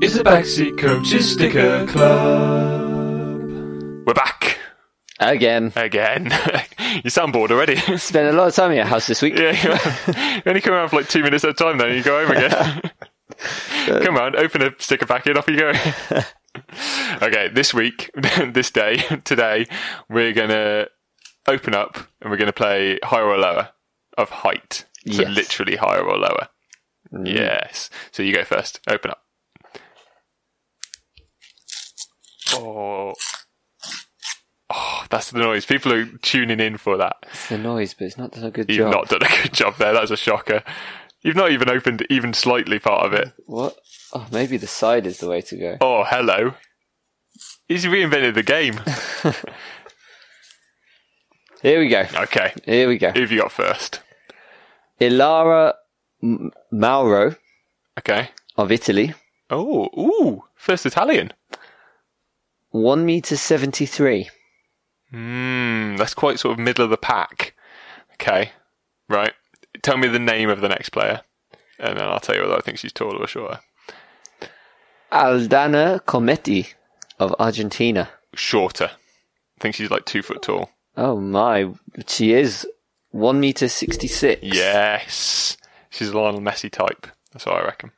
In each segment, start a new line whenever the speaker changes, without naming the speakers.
It's the Backseat Coaches Sticker Club.
We're back
Again.
again. you sound bored already.
Spent a lot of time in your house this week.
yeah, you only come around for like two minutes at a time, then and you go home again. come around, open a sticker packet, off you go. okay, this week, this day, today, we're gonna open up and we're gonna play higher or lower of height. So
Yes.
literally higher or lower. Yes. So you go first. Open up. Oh. Oh, that's the noise. People are tuning in for that.
It's the noise, but it's not done a good
You've
job.
not done a good job there. That's a shocker. You've not even opened even slightly part of it.
What? Oh, maybe the side is the way to go.
Oh, hello. He's reinvented the game.
Here we go.
Okay,
Here we go.
who have you got first?
Ilara M- Mauro
Okay.
of Italy,
Oh, ooh, first Italian.
one meter seventy-three.
Hmm, that's quite sort of middle of the pack. Okay, right. Tell me the name of the next player, and then I'll tell you whether I think she's taller or shorter.
Aldana Cometi of Argentina.
Shorter. I think she's like two foot tall.
Oh my, she is one meter sixty-six.
Yes, she's a Lionel Messi type. That's what I reckon.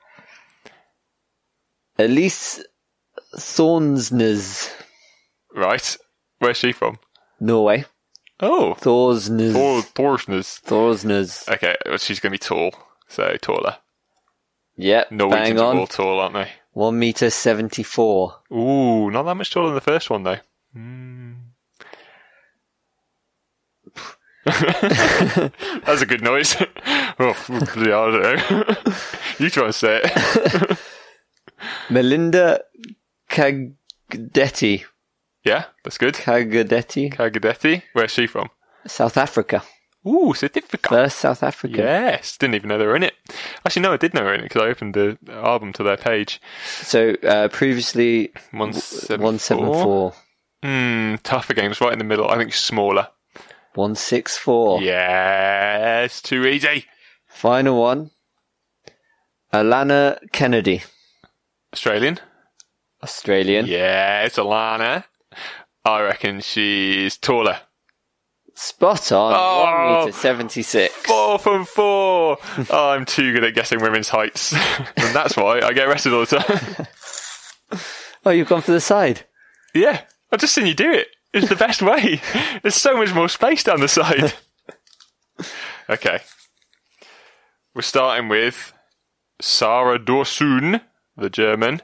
Elise Thorsnes,
Right. Where's she from?
Norway.
Oh, Thor-
Thorsnes.
Thorsnes.
Thorsnes.
Okay, well, she's going to be tall, so taller.
Yep.
Norwegians
bang
are all
on.
tall, aren't they?
One meter seventy-four.
Ooh, not that much taller than the first one, though.
Hmm.
Mm. That's a good noise. oh, bloody hell, I don't know. you try and say it.
Melinda Cagdetti.
Yeah, that's good.
Cagdetti?
Kagadetti, where's she from?
South Africa.
Ooh, certificate.
First South Africa.
Yes, didn't even know they were in it. Actually, no, I did know they were in it because I opened the album to their page.
So uh, previously
174.
174.
Mm, tougher games, right in the middle. I think smaller.
164.
Yes, too easy.
Final one. Alana Kennedy.
Australian.
Australian.
Yeah, it's Alana. I reckon she's taller.
Spot on.
Oh.
1 meter 76.
Four from four. oh, I'm too good at guessing women's heights, and that's why I get arrested all the time.
Oh, you've gone for the side.
yeah, I've just seen you do it. It's the best way. There's so much more space down the side. okay, we're starting with Sarah Dorsun, the German,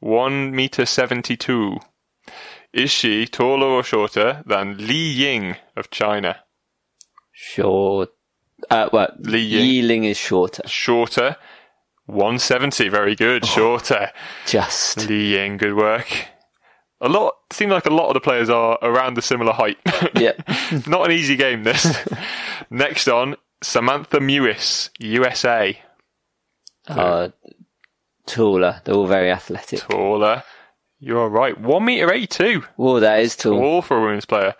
one meter seventy-two. Is she taller or shorter than Li Ying of China?
Short. Uh, well,
Li Ying.
Yeeling is shorter.
shorter. 170, very good. Shorter.
Just.
Li Ying, good work. A lot seem like a lot of the players are around a similar height.
Yep.
Not an easy game this. Next on, Samantha Mewis, USA.
Uh, taller. They're all very athletic.
Taller. You are right. One meter eighty-two.
Whoa, that is tall.
All for a women's player.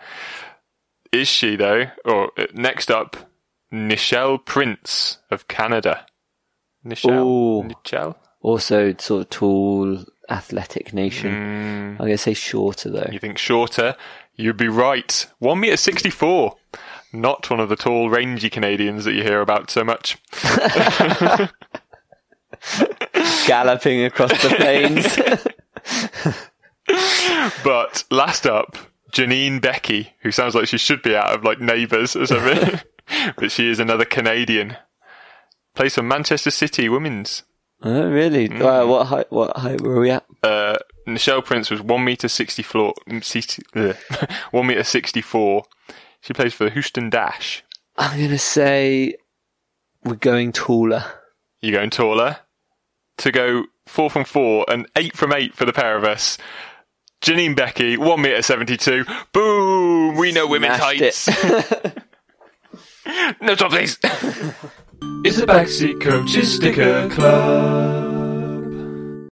Is she though? Or uh, next up, Nichelle Prince of Canada.
Ooh.
Nichelle. Nichelle.
also sort of tall, athletic nation.
Mm.
I'm going to say shorter though.
You think shorter? You'd be right. One meter sixty-four. Not one of the tall, rangy Canadians that you hear about so much.
Galloping across the plains.
But last up, Janine Becky, who sounds like she should be out of like Neighbours or something, but she is another Canadian. Plays for Manchester City Women's.
oh, really?
Mm-hmm.
Wow, what height? What height were we at?
Uh, Michelle Prince was one meter sixty-four. One meter sixty-four. She plays for the Houston Dash.
I'm going to say we're going taller.
You're going taller. To go four from four and eight from eight for the pair of us. Janine Becky, one meter seventy-two. Boom! We know women's heights.
Smashed
no top, please.
It's the Backseat Coaches Sticker Club.